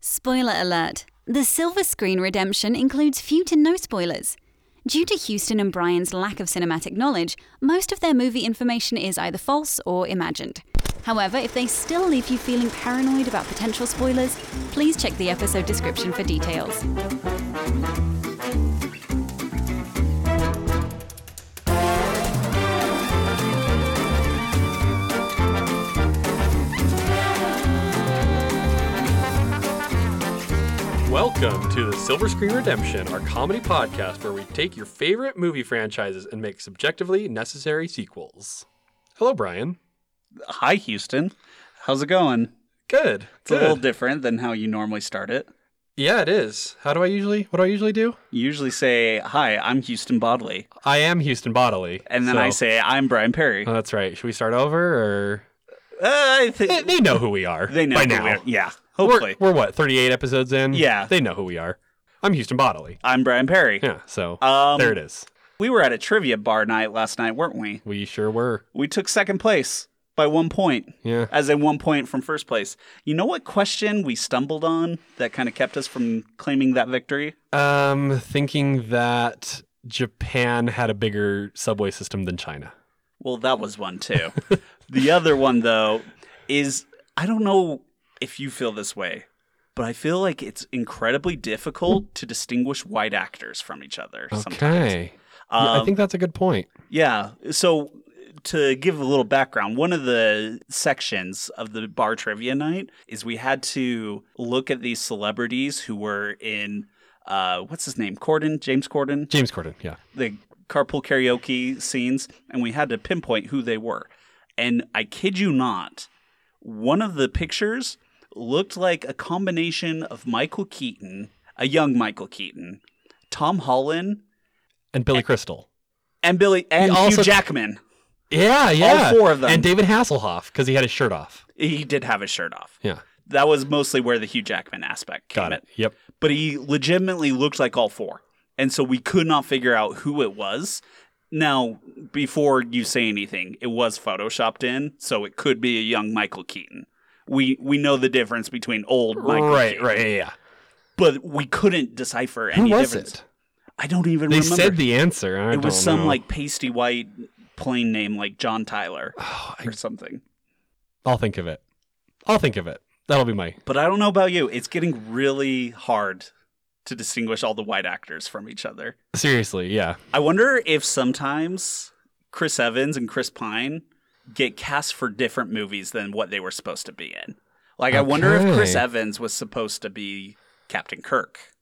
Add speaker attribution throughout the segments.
Speaker 1: Spoiler alert the silver screen redemption includes few to no spoilers. Due to Houston and Brian's lack of cinematic knowledge, most of their movie information is either false or imagined. However, if they still leave you feeling paranoid about potential spoilers, please check the episode description for details.
Speaker 2: Welcome to the Silver Screen Redemption, our comedy podcast where we take your favorite movie franchises and make subjectively necessary sequels. Hello, Brian.
Speaker 3: Hi, Houston. How's it going?
Speaker 2: Good.
Speaker 3: It's a little different than how you normally start it.
Speaker 2: yeah, it is. How do I usually? What do I usually do?
Speaker 3: You usually say, Hi, I'm Houston Bodley.
Speaker 2: I am Houston Bodily,
Speaker 3: And then
Speaker 2: so-
Speaker 3: I say, I'm Brian Perry.
Speaker 2: Oh, "That's right." Should we start over, or
Speaker 3: Uh, I thi-
Speaker 2: they, they know who we are?
Speaker 3: they know
Speaker 2: by
Speaker 3: who
Speaker 2: now.
Speaker 3: we are. Yeah,
Speaker 2: We're-
Speaker 3: hopefully.
Speaker 2: we're, what thirty-eight episodes in.
Speaker 3: Yeah.
Speaker 2: they know who we are. I'm Houston Bodily.
Speaker 3: I'm Brian Perry.
Speaker 2: Yeah, so
Speaker 3: Um,
Speaker 2: there it is.
Speaker 3: We were at a trivia bar night last night, weren't we?
Speaker 2: We sure were.
Speaker 3: We took second place by one point,
Speaker 2: Yeah.
Speaker 3: as in one point from first place. You know what question we stumbled on that kind of kept us from claiming that victory?
Speaker 2: Um, thinking that Japan had a bigger subway system than China.
Speaker 3: Well, that was one too. the other one though is I don't know if you feel this way, but I feel like it's incredibly difficult to distinguish white actors from each other. Sometimes.
Speaker 2: Okay.
Speaker 3: Um,
Speaker 2: I think that's a good point.
Speaker 3: Yeah. So to give a little background, one of the sections of the bar trivia night is we had to look at these celebrities who were in uh, what's his name? Corden, James Corden
Speaker 2: James Corden, yeah.
Speaker 3: the carpool karaoke scenes and we had to pinpoint who they were. And I kid you not, one of the pictures looked like a combination of Michael Keaton, a young Michael Keaton, Tom Holland,
Speaker 2: And Billy Crystal.
Speaker 3: and Billy and
Speaker 2: also-
Speaker 3: Hugh Jackman.
Speaker 2: Yeah, yeah.
Speaker 3: four of them.
Speaker 2: And David Hasselhoff, because he had his shirt off.
Speaker 3: He did have his shirt off.
Speaker 2: Yeah.
Speaker 3: That was mostly where the Hugh Jackman aspect came
Speaker 2: Got
Speaker 3: in.
Speaker 2: it. Yep.
Speaker 3: but he legitimately looked like all four. And so we could not figure out who it was. Now, before you say anything, it was photoshopped in, so it could be a young Michael Keaton. We we know the difference between old Michael
Speaker 2: right,
Speaker 3: Keaton,
Speaker 2: right, yeah, yeah.
Speaker 3: but we couldn't decipher
Speaker 2: Who
Speaker 3: any
Speaker 2: was
Speaker 3: difference.
Speaker 2: it?
Speaker 3: I don't even
Speaker 2: They
Speaker 3: remember.
Speaker 2: said the answer. I
Speaker 3: it was
Speaker 2: don't
Speaker 3: some
Speaker 2: know.
Speaker 3: like pasty white plain name like John Tyler
Speaker 2: Oh, I,
Speaker 3: or something.
Speaker 2: I'll think of it. I'll think of it. That'll be my.
Speaker 3: But I don't know about you. It's getting really hard to distinguish all the white actors from each other.
Speaker 2: Seriously, yeah.
Speaker 3: I wonder if sometimes Chris Evans and Chris Pine get cast for different movies than what they were supposed to be in. Like, I wonder if Chris
Speaker 2: Okay.
Speaker 3: Evans was supposed to be Captain Kirk.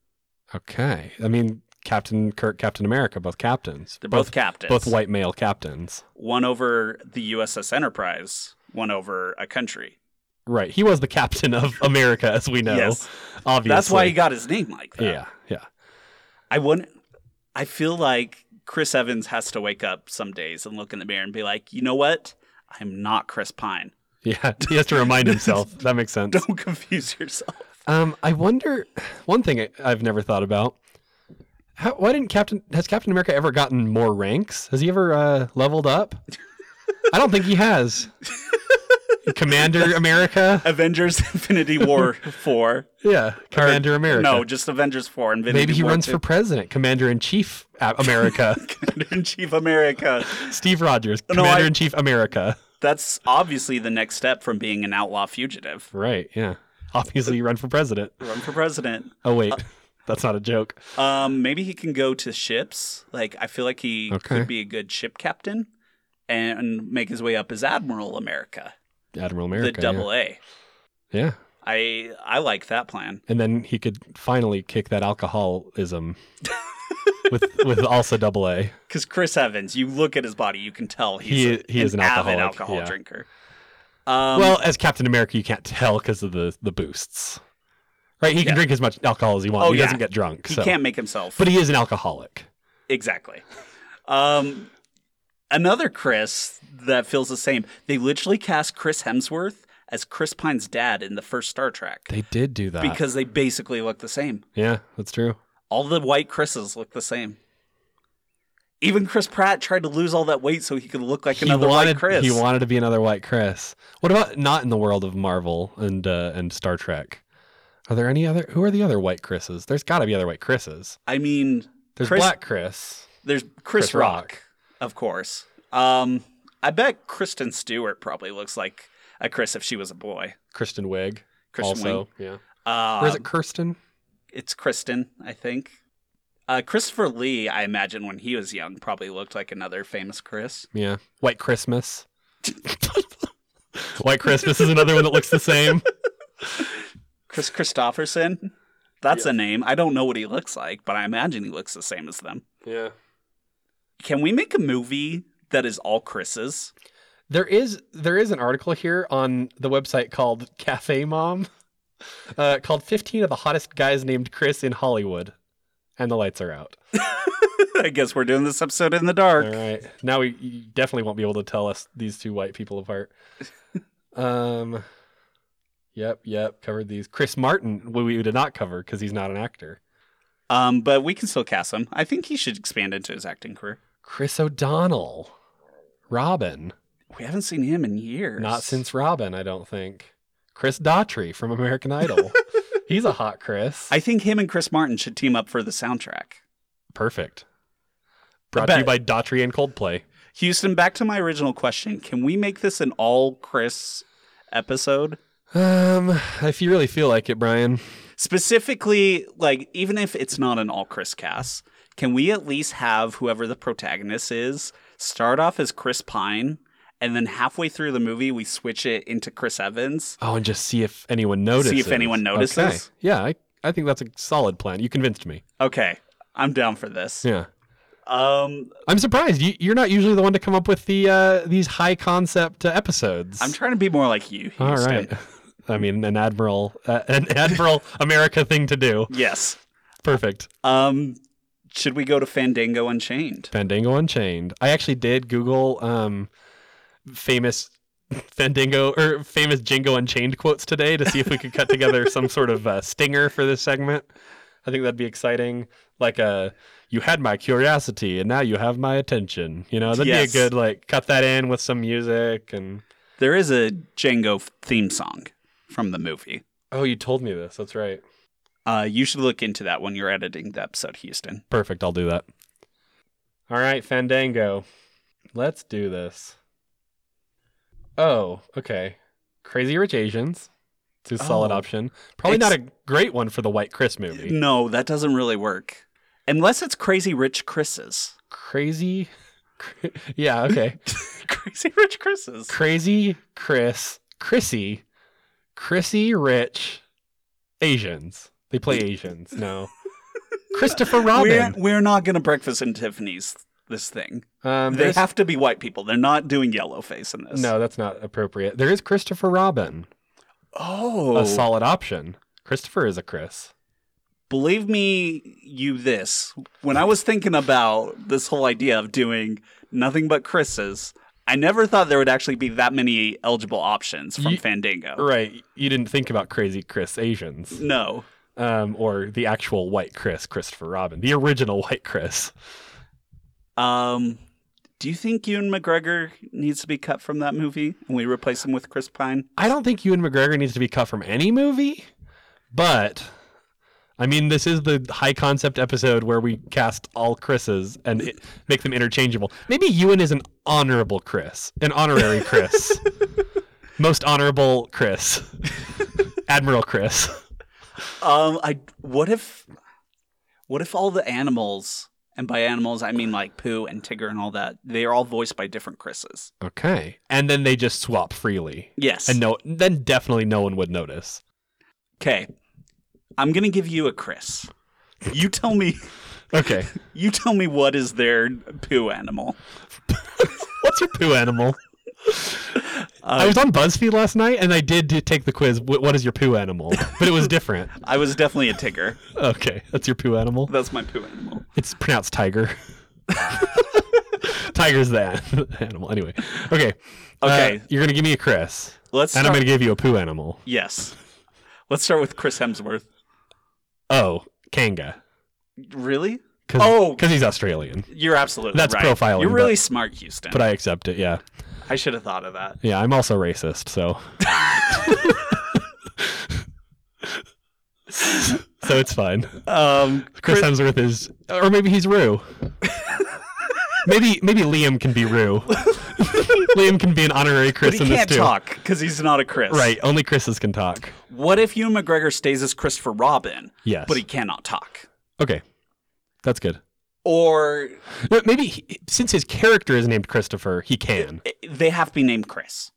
Speaker 2: Okay. I mean, Captain Kirk, Captain America, both captains.
Speaker 3: They're both, captains.
Speaker 2: both white male captains.
Speaker 3: One over the USS Enterprise, one over a country.
Speaker 2: Right. He was the captain of America, as we know.
Speaker 3: Yes.
Speaker 2: Obviously.
Speaker 3: That's why he got his name like that.
Speaker 2: Yeah. Yeah.
Speaker 3: I wouldn't. I feel like Chris Evans has to wake up some days and look in the mirror and be like, you know what? I'm not Chris Pine.
Speaker 2: Yeah. He has to remind himself. That makes sense.
Speaker 3: Don't confuse yourself.
Speaker 2: Um, I wonder. One thing I, I've never thought about. How, why didn't Captain? Has Captain America ever gotten more ranks? Has he ever uh, leveled up? I don't think he has. Commander America.
Speaker 3: Avengers Infinity War 4.
Speaker 2: Yeah, Commander America.
Speaker 3: No, just Avengers 4. Infinity
Speaker 2: Maybe he
Speaker 3: War
Speaker 2: runs
Speaker 3: 2.
Speaker 2: for president, Commander in Chief uh, America.
Speaker 3: Commander in Chief America.
Speaker 2: Steve Rogers,
Speaker 3: No, I-
Speaker 2: Commander in Chief America.
Speaker 3: That's obviously the next step from being an outlaw fugitive.
Speaker 2: Right. Yeah. Obviously, you run for president.
Speaker 3: Run for president.
Speaker 2: Oh wait, that's not a joke.
Speaker 3: Um, maybe he can go to ships. Like I feel like he
Speaker 2: Okay.
Speaker 3: could be a good ship captain and make his way up as Admiral America,
Speaker 2: Admiral America.
Speaker 3: the double A.
Speaker 2: Yeah. yeah.
Speaker 3: I I like that plan.
Speaker 2: and then he could finally kick that alcoholism with with also double A.
Speaker 3: Because Chris Evans, you look at his body, you can tell he's
Speaker 2: He-
Speaker 3: a-
Speaker 2: he is an
Speaker 3: avid
Speaker 2: alcoholic,
Speaker 3: alcohol
Speaker 2: yeah.
Speaker 3: drinker. Um,
Speaker 2: well, as Captain America, you can't tell because of the the boosts, right? He can
Speaker 3: Yeah.
Speaker 2: drink as much alcohol as he wants.
Speaker 3: Oh,
Speaker 2: he
Speaker 3: yeah.
Speaker 2: doesn't get drunk.
Speaker 3: he
Speaker 2: so.
Speaker 3: can't make himself.
Speaker 2: but he is an alcoholic.
Speaker 3: Exactly. Um, another Chris that feels the same. They literally cast Chris Hemsworth as Chris Pine's dad in the first Star Trek
Speaker 2: They did do that.
Speaker 3: because they basically look the same.
Speaker 2: yeah, that's true.
Speaker 3: All the white Chris's look the same. Even Chris Pratt tried to lose all that weight so he could look like another
Speaker 2: wanted
Speaker 3: white Chris.
Speaker 2: he wanted to be another white Chris. What about not in the world of Marvel and uh, and Star Trek? Are there any other? Who are the other white Chris's? There's got to be other white Chris's.
Speaker 3: I mean,
Speaker 2: There's
Speaker 3: Chris-
Speaker 2: Black Chris.
Speaker 3: there's Chris,
Speaker 2: Chris
Speaker 3: Rock,
Speaker 2: Rock.
Speaker 3: of course. Um, I bet Kristen Stewart probably looks like a Chris if she was a boy.
Speaker 2: Kristen Wiig.
Speaker 3: Kristen
Speaker 2: also,
Speaker 3: Wiig.
Speaker 2: yeah.
Speaker 3: Uh,
Speaker 2: Or is it Kirsten?
Speaker 3: It's Kristen, I think. Uh, Christopher Lee, I imagine when he was young, probably looked like another famous Chris.
Speaker 2: Yeah. White Christmas. White Christmas is another one that looks the same.
Speaker 3: Chris Christopherson. That's a name. I don't know what he looks like, but I imagine he looks the same as them.
Speaker 2: Yeah.
Speaker 3: Can we make a movie that is all Chris's?
Speaker 2: There is there is an article here on the website called Cafe Mom, uh, called 15 of the hottest guys named Chris in Hollywood, and the lights are out.
Speaker 3: I guess we're doing this episode in the
Speaker 2: All
Speaker 3: dark.
Speaker 2: right, now we you definitely won't be able to tell us these two white people apart. Um, yep, yep, covered these. Chris Martin, we, we did not cover because he's not an actor.
Speaker 3: Um, but we can still cast him. I think he should expand into his acting career.
Speaker 2: Chris O'Donnell, Robin,
Speaker 3: We haven't seen him in years.
Speaker 2: not since Robin, I don't think. Chris Daughtry from American Idol, he's a hot Chris.
Speaker 3: I think him and Chris Martin should team up for the soundtrack.
Speaker 2: Perfect. Brought to you
Speaker 3: bet.
Speaker 2: by Daughtry and Coldplay.
Speaker 3: Houston, back to my original question. Can we make this an all Chris episode?
Speaker 2: Um, if you really feel like it, Brian.
Speaker 3: Specifically, like, even if it's not an all Chris cast, can we at least have whoever the protagonist is start off as Chris Pine? And then halfway through the movie, we switch it into Chris Evans.
Speaker 2: Oh, and just see if anyone notices.
Speaker 3: anyone notices.
Speaker 2: Okay. Yeah, I, I think that's a solid plan. You convinced me.
Speaker 3: Okay, I'm down for this.
Speaker 2: Yeah.
Speaker 3: Um,
Speaker 2: I'm surprised. You, you're not usually the one to come up with the uh, these high concept uh, episodes.
Speaker 3: I'm trying to be more like you. Houston.
Speaker 2: All right. I mean, an admiral, uh, an admiral America thing to do.
Speaker 3: Yes.
Speaker 2: Perfect.
Speaker 3: Um, should we go to Fandango Unchained?
Speaker 2: Fandango Unchained. I actually did Google um, famous Fandango or famous Django Unchained quotes today to see if we could cut together some sort of uh, stinger for this segment. I think that'd be exciting. Like a you had my curiosity and now you have my attention. You know, that'd
Speaker 3: Yes.
Speaker 2: be a good like cut that in with some music and
Speaker 3: There is a Django theme song from the movie.
Speaker 2: Oh, you told me this. That's right.
Speaker 3: Uh, you should look into that when you're editing the episode, Houston.
Speaker 2: Perfect. I'll do that. All right, Fandango. Let's do this. Oh, okay. Crazy Rich Asians. It's a solid
Speaker 3: Oh.
Speaker 2: option. Probably
Speaker 3: It's-
Speaker 2: not a great one for the White Chris movie.
Speaker 3: No, that doesn't really work. Unless it's Crazy Rich Chris's.
Speaker 2: Crazy. yeah, okay.
Speaker 3: Crazy Rich Chris's.
Speaker 2: Crazy Chris. Chrissy. Chrissy Rich. Asians. They play Asians. No. Christopher
Speaker 3: We're,
Speaker 2: Robin.
Speaker 3: we're not going to breakfast in Tiffany's this thing.
Speaker 2: Um,
Speaker 3: They
Speaker 2: there's-
Speaker 3: have to be white people. They're not doing yellow face in this.
Speaker 2: No, that's not appropriate. There is Christopher Robin.
Speaker 3: Oh.
Speaker 2: a solid option. Christopher is a Chris.
Speaker 3: believe me you this when i was thinking about this whole idea of doing nothing but chris's i never thought there would actually be that many eligible options from
Speaker 2: Ye-
Speaker 3: fandango
Speaker 2: Right. You didn't think about crazy Chris Asians
Speaker 3: no
Speaker 2: um, or the actual white Chris, Christopher Robin, the original white Chris.
Speaker 3: um do you think ewan mcgregor needs to be cut from that movie and we replace him with chris pine
Speaker 2: I don't think Ewan McGregor needs to be cut from any movie, but I mean, this is the high concept episode where we cast all Chris's and it, make them interchangeable. Maybe Ewan is an honorable Chris, an honorary Chris, most honorable Chris, Admiral Chris.
Speaker 3: um i what if what if all the animals and by animals i mean like pooh and tigger and all that they are all voiced by different chris's
Speaker 2: Okay. And then they just swap freely.
Speaker 3: yes
Speaker 2: And no then definitely no one would notice.
Speaker 3: Okay. I'm going to give you a Chris. You tell me
Speaker 2: Okay.
Speaker 3: you tell me what is their poo animal.
Speaker 2: What's your poo animal? I was on BuzzFeed last night and I did do- take the quiz "Wh- what is your poo animal? But it was different.
Speaker 3: I was definitely a tigger.
Speaker 2: okay. That's your poo animal.
Speaker 3: That's my poo animal.
Speaker 2: It's pronounced tiger. Tiger's that animal. Anyway. Okay. Uh,
Speaker 3: Okay.
Speaker 2: you're going to give me a Chris
Speaker 3: Let's
Speaker 2: and I'm
Speaker 3: start-
Speaker 2: going to give you a poo animal.
Speaker 3: Yes. Let's start with Chris Hemsworth.
Speaker 2: Oh, Kanga.
Speaker 3: Really?
Speaker 2: Cause,
Speaker 3: Oh.
Speaker 2: Cause he's Australian.
Speaker 3: You're absolutely
Speaker 2: That's
Speaker 3: right.
Speaker 2: profiling,
Speaker 3: You're really
Speaker 2: but-
Speaker 3: smart, Houston.
Speaker 2: But I accept it. Yeah.
Speaker 3: I should have thought of that.
Speaker 2: Yeah. I'm also racist. So. so it's fine.
Speaker 3: Um,
Speaker 2: Chris Hemsworth is, or maybe he's Rue. maybe maybe Liam can be Rue. Liam can be an honorary
Speaker 3: but
Speaker 2: Chris
Speaker 3: he
Speaker 2: in this
Speaker 3: can't
Speaker 2: too.
Speaker 3: talk because he's not a Chris.
Speaker 2: Right, only Chris's can talk.
Speaker 3: What if Ewan McGregor stays as Christopher Robin?
Speaker 2: Yes.
Speaker 3: But he cannot talk.
Speaker 2: Okay, that's good.
Speaker 3: Or
Speaker 2: But maybe he, since his character is named Christopher, he can.
Speaker 3: eh, they have to be named Chris.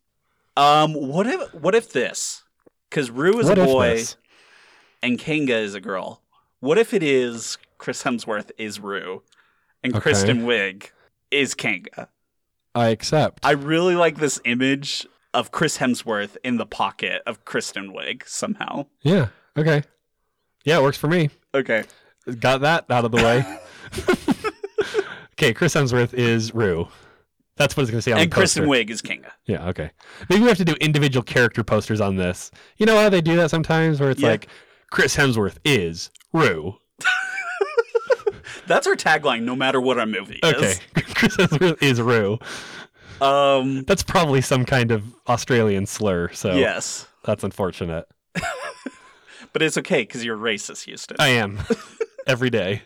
Speaker 3: Um, what if what if this? Because Rue is
Speaker 2: What
Speaker 3: a
Speaker 2: if
Speaker 3: boy
Speaker 2: this?
Speaker 3: and Kanga is a girl. What if it is Chris Hemsworth is Rue and
Speaker 2: Okay.
Speaker 3: Kristen Wiig is Kanga?
Speaker 2: I accept.
Speaker 3: I really like this image of Chris Hemsworth in the pocket of Kristen Wiig somehow.
Speaker 2: Yeah. Okay. Yeah, it works for me.
Speaker 3: Okay.
Speaker 2: Got that out of the way. okay, Chris Hemsworth is Rue. That's what it's going to say on
Speaker 3: and
Speaker 2: the poster.
Speaker 3: Kristen Wiig is Kanga.
Speaker 2: Yeah, okay. Maybe we have to do individual character posters on this. You know how they do that sometimes where it's
Speaker 3: Yeah.
Speaker 2: like Chris Hemsworth is Rue.
Speaker 3: That's our tagline, no matter what our movie
Speaker 2: Okay.
Speaker 3: is.
Speaker 2: Chris Hemsworth is Rue.
Speaker 3: Um,
Speaker 2: That's probably some kind of Australian slur, so
Speaker 3: Yes.
Speaker 2: that's unfortunate.
Speaker 3: But it's okay because you're racist, Houston.
Speaker 2: I am. Every day.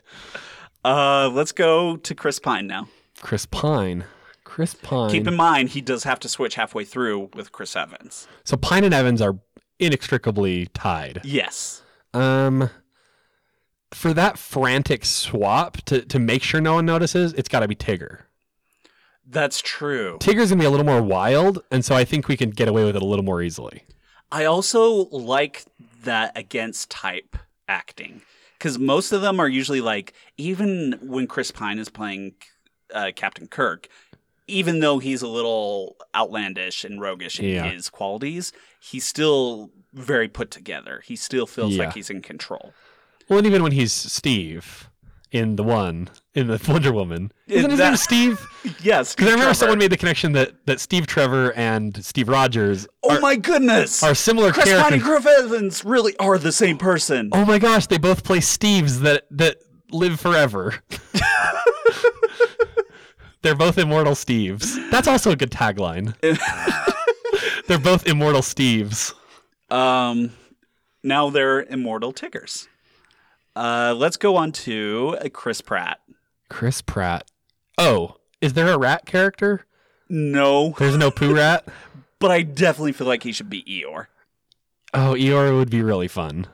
Speaker 3: Uh, let's go to Chris Pine now.
Speaker 2: Chris Pine. Chris Pine.
Speaker 3: Keep in mind, he does have to switch halfway through with Chris Evans.
Speaker 2: so Pine and Evans are inextricably tied.
Speaker 3: Yes.
Speaker 2: Um, for that frantic swap to, to make sure no one notices, it's got to be Tigger.
Speaker 3: That's true.
Speaker 2: Tigger's gonna be a little more wild, and so I think we can get away with it a little more easily.
Speaker 3: I also like that against type acting because most of them are usually like, even when Chris Pine is playing uh, Captain Kirk, even though he's a little outlandish and roguish in
Speaker 2: Yeah.
Speaker 3: his qualities, he's still very put together. He still feels
Speaker 2: Yeah.
Speaker 3: like he's in control.
Speaker 2: Well, and even when he's Steve in the one in the Wonder Woman, isn't his
Speaker 3: that-
Speaker 2: name Steve?
Speaker 3: Yes,
Speaker 2: Because I remember
Speaker 3: Trevor.
Speaker 2: someone made the connection that that Steve Trevor and Steve Rogers
Speaker 3: Oh my goodness!
Speaker 2: are similar
Speaker 3: Chris Pine
Speaker 2: characters.
Speaker 3: and Griff Evans really are the same person.
Speaker 2: Oh my gosh, they both play Steves that that live forever. They're both immortal Steves. That's also a good tagline. They're both immortal Steves.
Speaker 3: Um, now they're immortal tiggers. Uh, let's go on to uh, Chris Pratt.
Speaker 2: Chris Pratt. Oh, is there a rat character?
Speaker 3: No,
Speaker 2: There's no poo rat.
Speaker 3: but I definitely feel like he should be Eeyore.
Speaker 2: Oh, Eeyore would be really fun.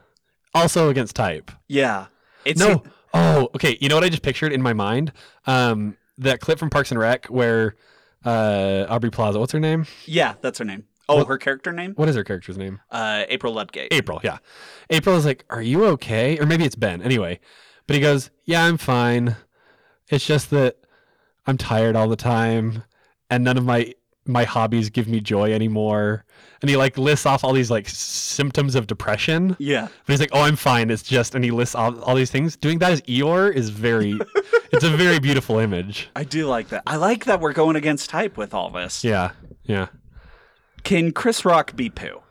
Speaker 2: Also against type.
Speaker 3: Yeah, it's
Speaker 2: No. Oh, okay. You know what I just pictured in my mind? Um, that clip from Parks and Rec where uh, Aubrey Plaza. What's her name?
Speaker 3: yeah, that's her name. Oh,
Speaker 2: What-
Speaker 3: her character name?
Speaker 2: What is her character's name?
Speaker 3: Uh, April Ludgate.
Speaker 2: April. Yeah. April is like, "Are you okay?" Or maybe it's Ben. Anyway, but he goes, "Yeah, I'm fine. It's just that I'm tired all the time, and none of my my hobbies give me joy anymore." And he like lists off all these like s- symptoms of depression.
Speaker 3: yeah,
Speaker 2: But he's like, "Oh, I'm fine. It's just," and he lists all, all these things. Doing that as Eeyore is very, it's a very beautiful image.
Speaker 3: I do like that. I like that we're going against type with all this.
Speaker 2: Yeah, yeah.
Speaker 3: Can Chris Rock be Pooh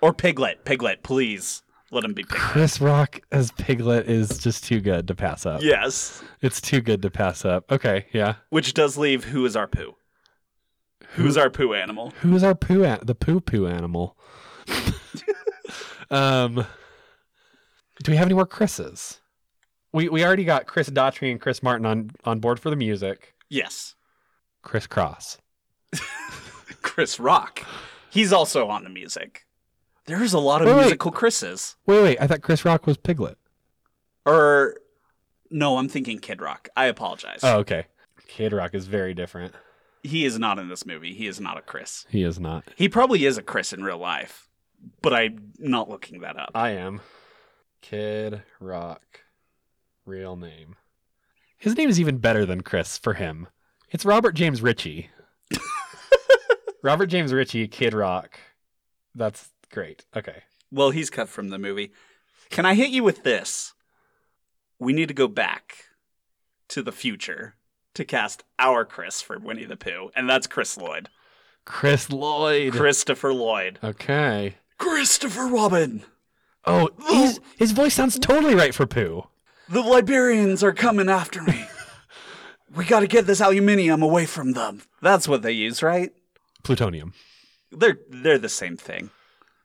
Speaker 3: or Piglet? Piglet, please let him be. Piglet.
Speaker 2: Chris Rock as Piglet is just too good to pass up.
Speaker 3: Yes,
Speaker 2: It's too good to pass up. Okay, yeah.
Speaker 3: which does leave who is our Pooh? Who's our Pooh animal?
Speaker 2: Who's our poo? An- the poo poo animal. um, do we have any more Chris's? We we already got Chris Daughtry and Chris Martin on on board for the music.
Speaker 3: Yes.
Speaker 2: Chris Cross.
Speaker 3: Chris Rock. He's also on the music. There's a lot of
Speaker 2: Wait, wait.
Speaker 3: musical Chris's.
Speaker 2: Wait, wait. I thought Chris Rock was Piglet.
Speaker 3: Or no, I'm thinking Kid Rock. I apologize.
Speaker 2: Oh, okay. Kid Rock is very different.
Speaker 3: He is not in this movie. He is not a Chris.
Speaker 2: He is not.
Speaker 3: He probably is a Chris in real life, but I'm not looking that up.
Speaker 2: I am. Kid Rock. Real name. His name is even better than Chris for him. It's Robert James Ritchie. Robert James Ritchie, Kid Rock. That's great. Okay.
Speaker 3: Well, he's cut from the movie. Can I hit you with this? We need to go back to the future to cast our Chris for Winnie the Pooh, and that's Chris Lloyd.
Speaker 2: Chris Lloyd.
Speaker 3: Christopher Lloyd.
Speaker 2: Okay.
Speaker 3: Christopher Robin.
Speaker 2: Oh, he's, his voice sounds totally right for Pooh.
Speaker 3: The Liberians are coming after me. we gotta get this aluminium away from them. That's what they use, right?
Speaker 2: Plutonium.
Speaker 3: They're they're the same thing.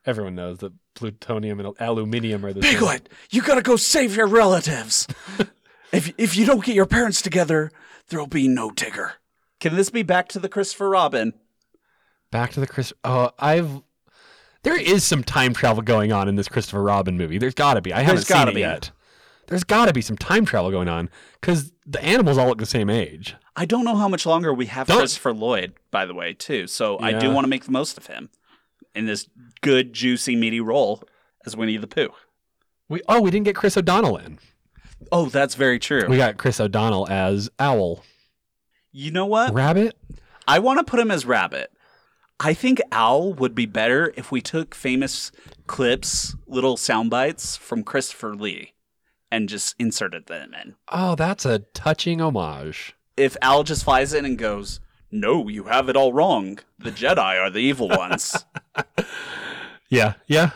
Speaker 2: Everyone knows that plutonium and aluminium are the same.
Speaker 4: Piglet, you gotta go save your relatives. if if you don't get your parents together, there'll be no Tigger.
Speaker 3: Can this be back to the Christopher Robin?
Speaker 2: Back to the Chris. Oh, I've. There is some time travel going on in this Christopher Robin movie. There's got to be. I haven't seen
Speaker 3: gotta
Speaker 2: it
Speaker 3: be.
Speaker 2: yet. There's got to be some time travel going on because the animals all look the same age.
Speaker 3: I don't know how much longer we have
Speaker 2: Don't-
Speaker 3: Christopher Lloyd, by the way, too. So I do
Speaker 2: Yeah.
Speaker 3: want to make the most of him in this good, juicy, meaty role as Winnie the Pooh.
Speaker 2: We oh we didn't get Chris O'Donnell in.
Speaker 3: Oh, that's very true.
Speaker 2: We got Chris O'Donnell as Owl,
Speaker 3: you know what?
Speaker 2: Rabbit.
Speaker 3: I want to put him as Rabbit. I think Owl would be better if we took famous clips, little sound bites from Christopher Lee and just inserted them in.
Speaker 2: Oh, that's a touching homage.
Speaker 3: If Owl just flies in and goes, No, you have it all wrong. The Jedi are the evil ones.
Speaker 2: Yeah, yeah.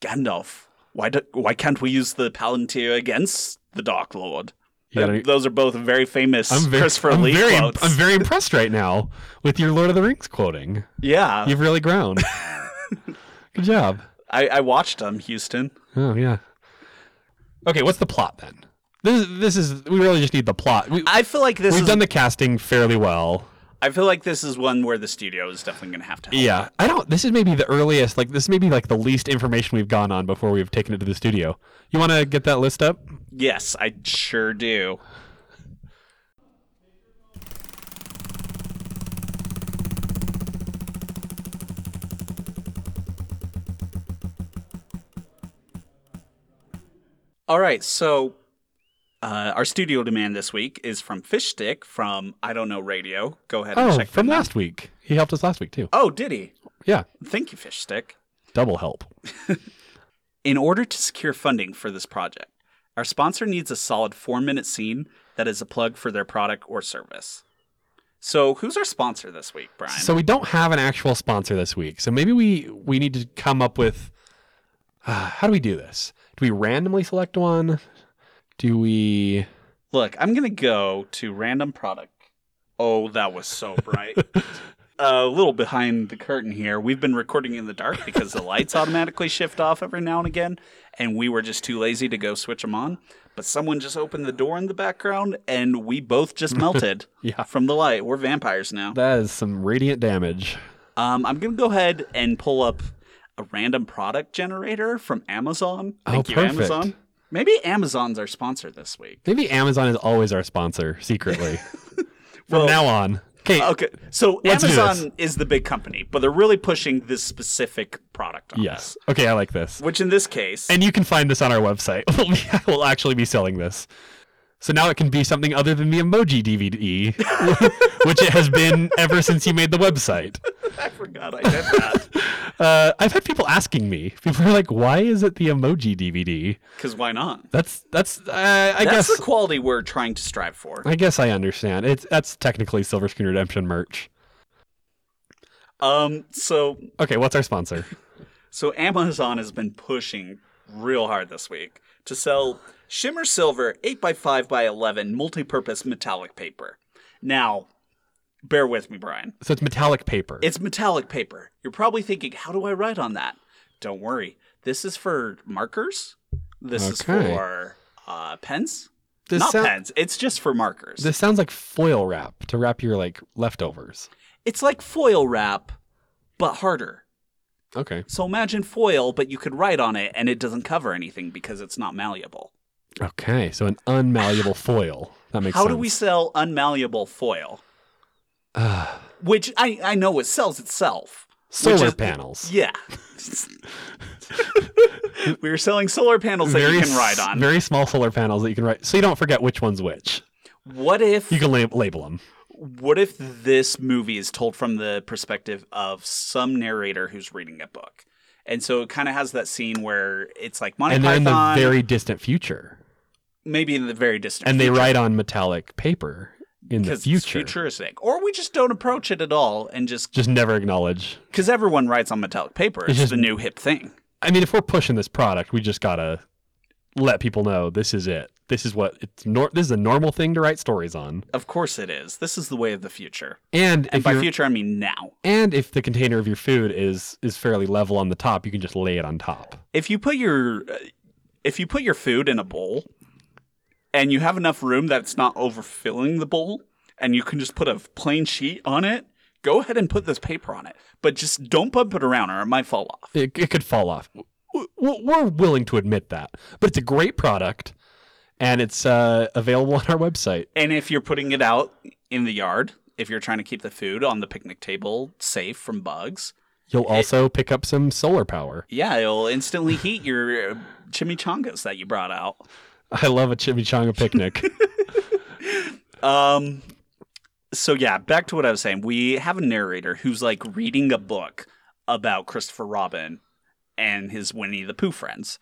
Speaker 3: Gandalf, why, do, why can't we use the Palantir against the Dark Lord?
Speaker 2: You gotta-
Speaker 3: Th- Those are both very famous
Speaker 2: I'm very,
Speaker 3: Christopher
Speaker 2: I'm
Speaker 3: Lee
Speaker 2: very,
Speaker 3: quotes.
Speaker 2: I'm very impressed right now with your Lord of the Rings quoting.
Speaker 3: yeah,
Speaker 2: You've really grown. Good job.
Speaker 3: I, I watched them, Houston.
Speaker 2: Oh yeah. Okay, what's the plot then? This this is we really just need the plot. We,
Speaker 3: I feel like this
Speaker 2: we've
Speaker 3: is
Speaker 2: done the casting fairly well.
Speaker 3: I feel like this is one where the studio is definitely going to have to help.
Speaker 2: Yeah, I don't. This is maybe the earliest. Like this may be like the least information we've gone on before we've taken it to the studio. You want to get that list up?
Speaker 3: Yes, I sure do. All right, so uh, our studio demand this week is from Fish Stick from I Don't Know Radio. Go ahead and
Speaker 2: Oh,
Speaker 3: check
Speaker 2: from
Speaker 3: them out.
Speaker 2: last week. He helped us last week too.
Speaker 3: Oh, did he?
Speaker 2: Yeah,
Speaker 3: Thank you, Fish Stick.
Speaker 2: double help.
Speaker 3: In order to secure funding for this project, our sponsor needs a solid four minute scene that is a plug for their product or service. So, who's our sponsor this week, Brian?
Speaker 2: So we don't have an actual sponsor this week. So maybe we we need to come up with uh, how do we do this? Do we randomly select one? Do we?
Speaker 3: Look, I'm going to go to random product. Oh, that was so bright. a little behind the curtain here. We've been recording in the dark because the lights automatically shift off every now and again, and we were just too lazy to go switch them on. But someone just opened the door in the background, and we both just melted
Speaker 2: Yeah.
Speaker 3: from the light. We're vampires now.
Speaker 2: That is some radiant damage.
Speaker 3: Um, I'm gonna go ahead and pull up a random product generator from Amazon.
Speaker 2: Oh,
Speaker 3: Thank you,
Speaker 2: perfect.
Speaker 3: Amazon. Maybe Amazon's our sponsor this week.
Speaker 2: Maybe Amazon is always our sponsor secretly from
Speaker 3: Well- uh,
Speaker 2: now on. Okay,
Speaker 3: Okay, so
Speaker 2: Let's do
Speaker 3: Amazon is the big company, but they're really pushing this specific product on
Speaker 2: Yes. Okay, I like this.
Speaker 3: us, which in this case,
Speaker 2: And you can find this on our website. We'll, be, we'll actually be selling this. So now it can be something other than the emoji DVD, which it has been ever since you made the website.
Speaker 3: I forgot I did that.
Speaker 2: Uh, I've had people asking me. People are like, "Why is it the emoji DVD?"
Speaker 3: Because why not?
Speaker 2: That's that's. Uh, I
Speaker 3: That's
Speaker 2: guess
Speaker 3: the quality we're trying to strive for.
Speaker 2: I guess I understand. It's that's technically Silver Screen Redemption merch.
Speaker 3: Um, so
Speaker 2: Okay, what's our sponsor?
Speaker 3: So Amazon has been pushing real hard this week to sell shimmer silver 8x5x11 multi-purpose metallic paper. Now, bear with me, Brian.
Speaker 2: So it's metallic paper.
Speaker 3: It's metallic paper. You're probably thinking, how do I write on that? Don't worry. This is for markers. This is
Speaker 2: Okay.
Speaker 3: for uh, pens.
Speaker 2: This
Speaker 3: Not
Speaker 2: sound-
Speaker 3: pens. It's just for markers.
Speaker 2: this sounds like foil wrap to wrap your like leftovers.
Speaker 3: It's like foil wrap, but harder.
Speaker 2: Okay.
Speaker 3: So imagine foil, but you could write on it and it doesn't cover anything because it's not malleable.
Speaker 2: Okay, so an unmalleable foil. That makes
Speaker 3: How
Speaker 2: sense.
Speaker 3: do we sell unmalleable foil? Which I, I know it sells itself. which
Speaker 2: solar
Speaker 3: is-
Speaker 2: panels?
Speaker 3: Yeah. we are selling solar panels that you can
Speaker 2: s-
Speaker 3: ride on.
Speaker 2: Very small solar panels that you can ride. So you don't forget which one's which.
Speaker 3: what if
Speaker 2: You can lab- label them.
Speaker 3: what if this movie is told from the perspective of some narrator who's reading a book? And so it kind of has that scene where it's like Monty
Speaker 2: and they're in the
Speaker 3: Python,
Speaker 2: very distant future.
Speaker 3: maybe in the very distant
Speaker 2: And they
Speaker 3: future,
Speaker 2: write on metallic paper in the
Speaker 3: because it's
Speaker 2: future.
Speaker 3: futuristic, or we just don't approach it at all and just
Speaker 2: Just never acknowledge.
Speaker 3: because everyone writes on metallic paper, it's
Speaker 2: just-
Speaker 3: the new hip thing.
Speaker 2: I mean, if we're pushing this product, we just gotta let people know this is it. this is what it's nor- this is a normal thing to write stories on.
Speaker 3: Of course it is. This is the way of the future.
Speaker 2: And
Speaker 3: And
Speaker 2: if
Speaker 3: by
Speaker 2: you're-
Speaker 3: future, I mean now.
Speaker 2: and if the container of your food is is fairly level on the top, you can just lay it on top.
Speaker 3: If you put your uh, if you put your food in a bowl, and you have enough room that it's not overfilling the bowl, and you can just put a plain sheet on it, go ahead and put this paper on it. But just don't bump it around, or it might fall off.
Speaker 2: It, it could fall off. W- w- We're willing to admit that, but it's a great product, and it's uh, available on our website.
Speaker 3: And if you're putting it out in the yard, if you're trying to keep the food on the picnic table safe from bugs,
Speaker 2: You'll also pick up some solar power.
Speaker 3: yeah, it'll instantly heat your uh, chimichangas that you brought out.
Speaker 2: I love a chimichanga picnic.
Speaker 3: Um so yeah, back to what I was saying. We have a narrator who's like reading a book about Christopher Robin and his Winnie the Pooh friends.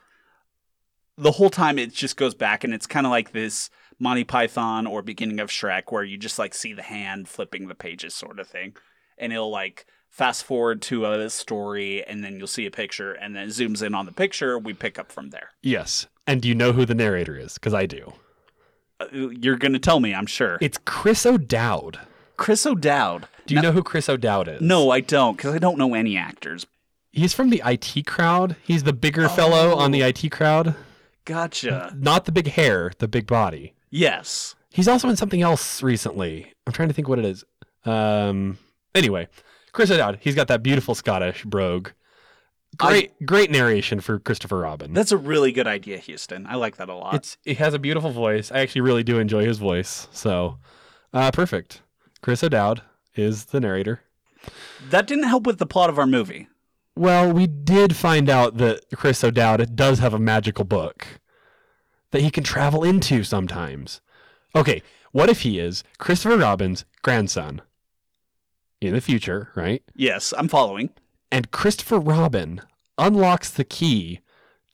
Speaker 3: The whole time it just goes back and it's kind of like this Monty Python or beginning of Shrek where you just like see the hand flipping the pages sort of thing and it'll like fast forward to a story and then you'll see a picture and then it zooms in on the picture, we pick up from there.
Speaker 2: yes. And do you know who the narrator is? Because I do.
Speaker 3: Uh, You're going to tell me, I'm sure.
Speaker 2: It's Chris O'Dowd.
Speaker 3: Chris O'Dowd.
Speaker 2: Do you know who Chris O'Dowd is?
Speaker 3: No, I don't, because I don't know any actors.
Speaker 2: He's from the IT crowd. He's the bigger fellow on the IT crowd.
Speaker 3: Gotcha.
Speaker 2: Not the big hair, the big body.
Speaker 3: Yes.
Speaker 2: He's also in something else recently. I'm trying to think what it is. Um, anyway, Chris O'Dowd. He's got that beautiful Scottish brogue. Great, great narration for Christopher Robin. Uh,
Speaker 3: That's a really good idea, Houston. I like that a lot.
Speaker 2: It's it has a beautiful voice. I actually really do enjoy his voice. So, uh, perfect. Chris O'Dowd is the narrator.
Speaker 3: that didn't help with the plot of our movie.
Speaker 2: Well, we did find out that Chris O'Dowd does have a magical book that he can travel into sometimes. Okay, what if he is Christopher Robin's grandson in the future, right?
Speaker 3: Yes, I'm following.
Speaker 2: And Christopher Robin unlocks the key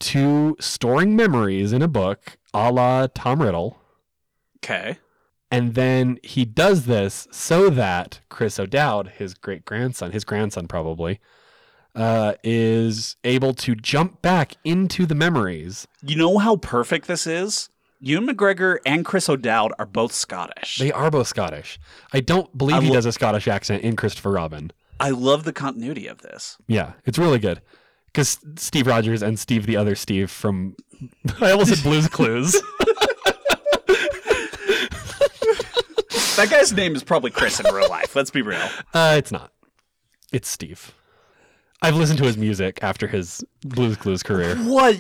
Speaker 2: to storing memories in a book a la Tom Riddle.
Speaker 3: Okay.
Speaker 2: And then he does this so that Chris O'Dowd, his great grandson, his grandson probably, uh, is able to jump back into the memories.
Speaker 3: You know how perfect this is? Ewan McGregor and Chris O'Dowd are both Scottish.
Speaker 2: They are both Scottish. I don't believe
Speaker 3: I
Speaker 2: he
Speaker 3: lo-
Speaker 2: does a Scottish accent in Christopher Robin.
Speaker 3: I love the continuity of this.
Speaker 2: Yeah, it's really good. Because Steve Rogers and Steve, the other Steve from, I almost said Blues Clues.
Speaker 3: That guy's name is probably Chris in real life. Let's be real.
Speaker 2: Uh, it's not. It's Steve. I've listened to his music after his Blues Clues career.
Speaker 3: What?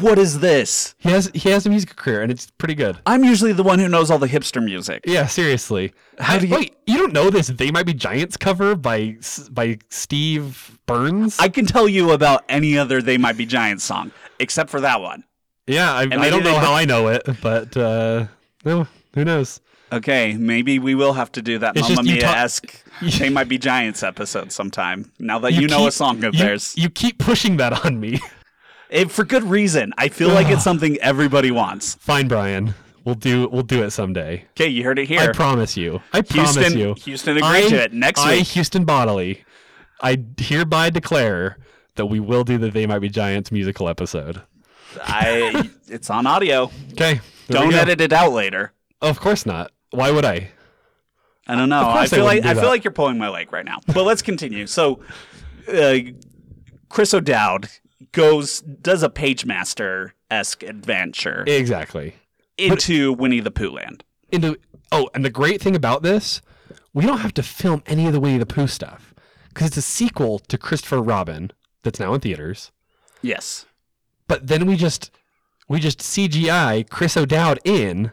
Speaker 3: What is this?
Speaker 2: He has he has a music career and it's pretty good.
Speaker 3: I'm usually the one who knows all the hipster music.
Speaker 2: Yeah, seriously. How
Speaker 3: do you-
Speaker 2: Wait, you don't know this? They might be Giants cover by S- by Steve Burns.
Speaker 3: I can tell you about any other They Might Be Giants song, except for that one.
Speaker 2: yeah, I, I
Speaker 3: maybe
Speaker 2: don't
Speaker 3: they
Speaker 2: know
Speaker 3: bu-
Speaker 2: how I know it, but uh, no, who knows?
Speaker 3: Okay, maybe we will have to do that
Speaker 2: It's
Speaker 3: Mamma
Speaker 2: just you
Speaker 3: Mia
Speaker 2: talk-
Speaker 3: esque. they might be Giants episode sometime. Now that you, know a
Speaker 2: keep-
Speaker 3: song of
Speaker 2: you-
Speaker 3: theirs,
Speaker 2: You keep pushing that on me.
Speaker 3: It- for good reason. I feel like it's something everybody wants.
Speaker 2: Fine, Brian. We'll do we'll do it someday.
Speaker 3: Okay, you heard it
Speaker 2: I
Speaker 3: here.
Speaker 2: promise you. I promise
Speaker 3: Houston,
Speaker 2: you.
Speaker 3: Houston agreed
Speaker 2: I-
Speaker 3: to it next
Speaker 2: I,
Speaker 3: week.
Speaker 2: Houston Bodily, I hereby declare that we will do the They Might Be Giants musical episode.
Speaker 3: I, it's on audio.
Speaker 2: Okay.
Speaker 3: Don't edit it out later.
Speaker 2: Of course not. Why would I?
Speaker 3: I don't know. I
Speaker 2: course I
Speaker 3: feel like
Speaker 2: wouldn't
Speaker 3: I
Speaker 2: do
Speaker 3: feel
Speaker 2: that.
Speaker 3: like you're pulling my leg right now. But let's continue. So, uh, Chris O'Dowd goes does a page master esque adventure
Speaker 2: Exactly.
Speaker 3: into Winnie the Pooh land.
Speaker 2: into oh and the great thing about this we don't have to film any of the winnie the pooh stuff because it's a sequel to christopher robin that's now in theaters
Speaker 3: Yes.
Speaker 2: but then we just we just cgi chris o'dowd in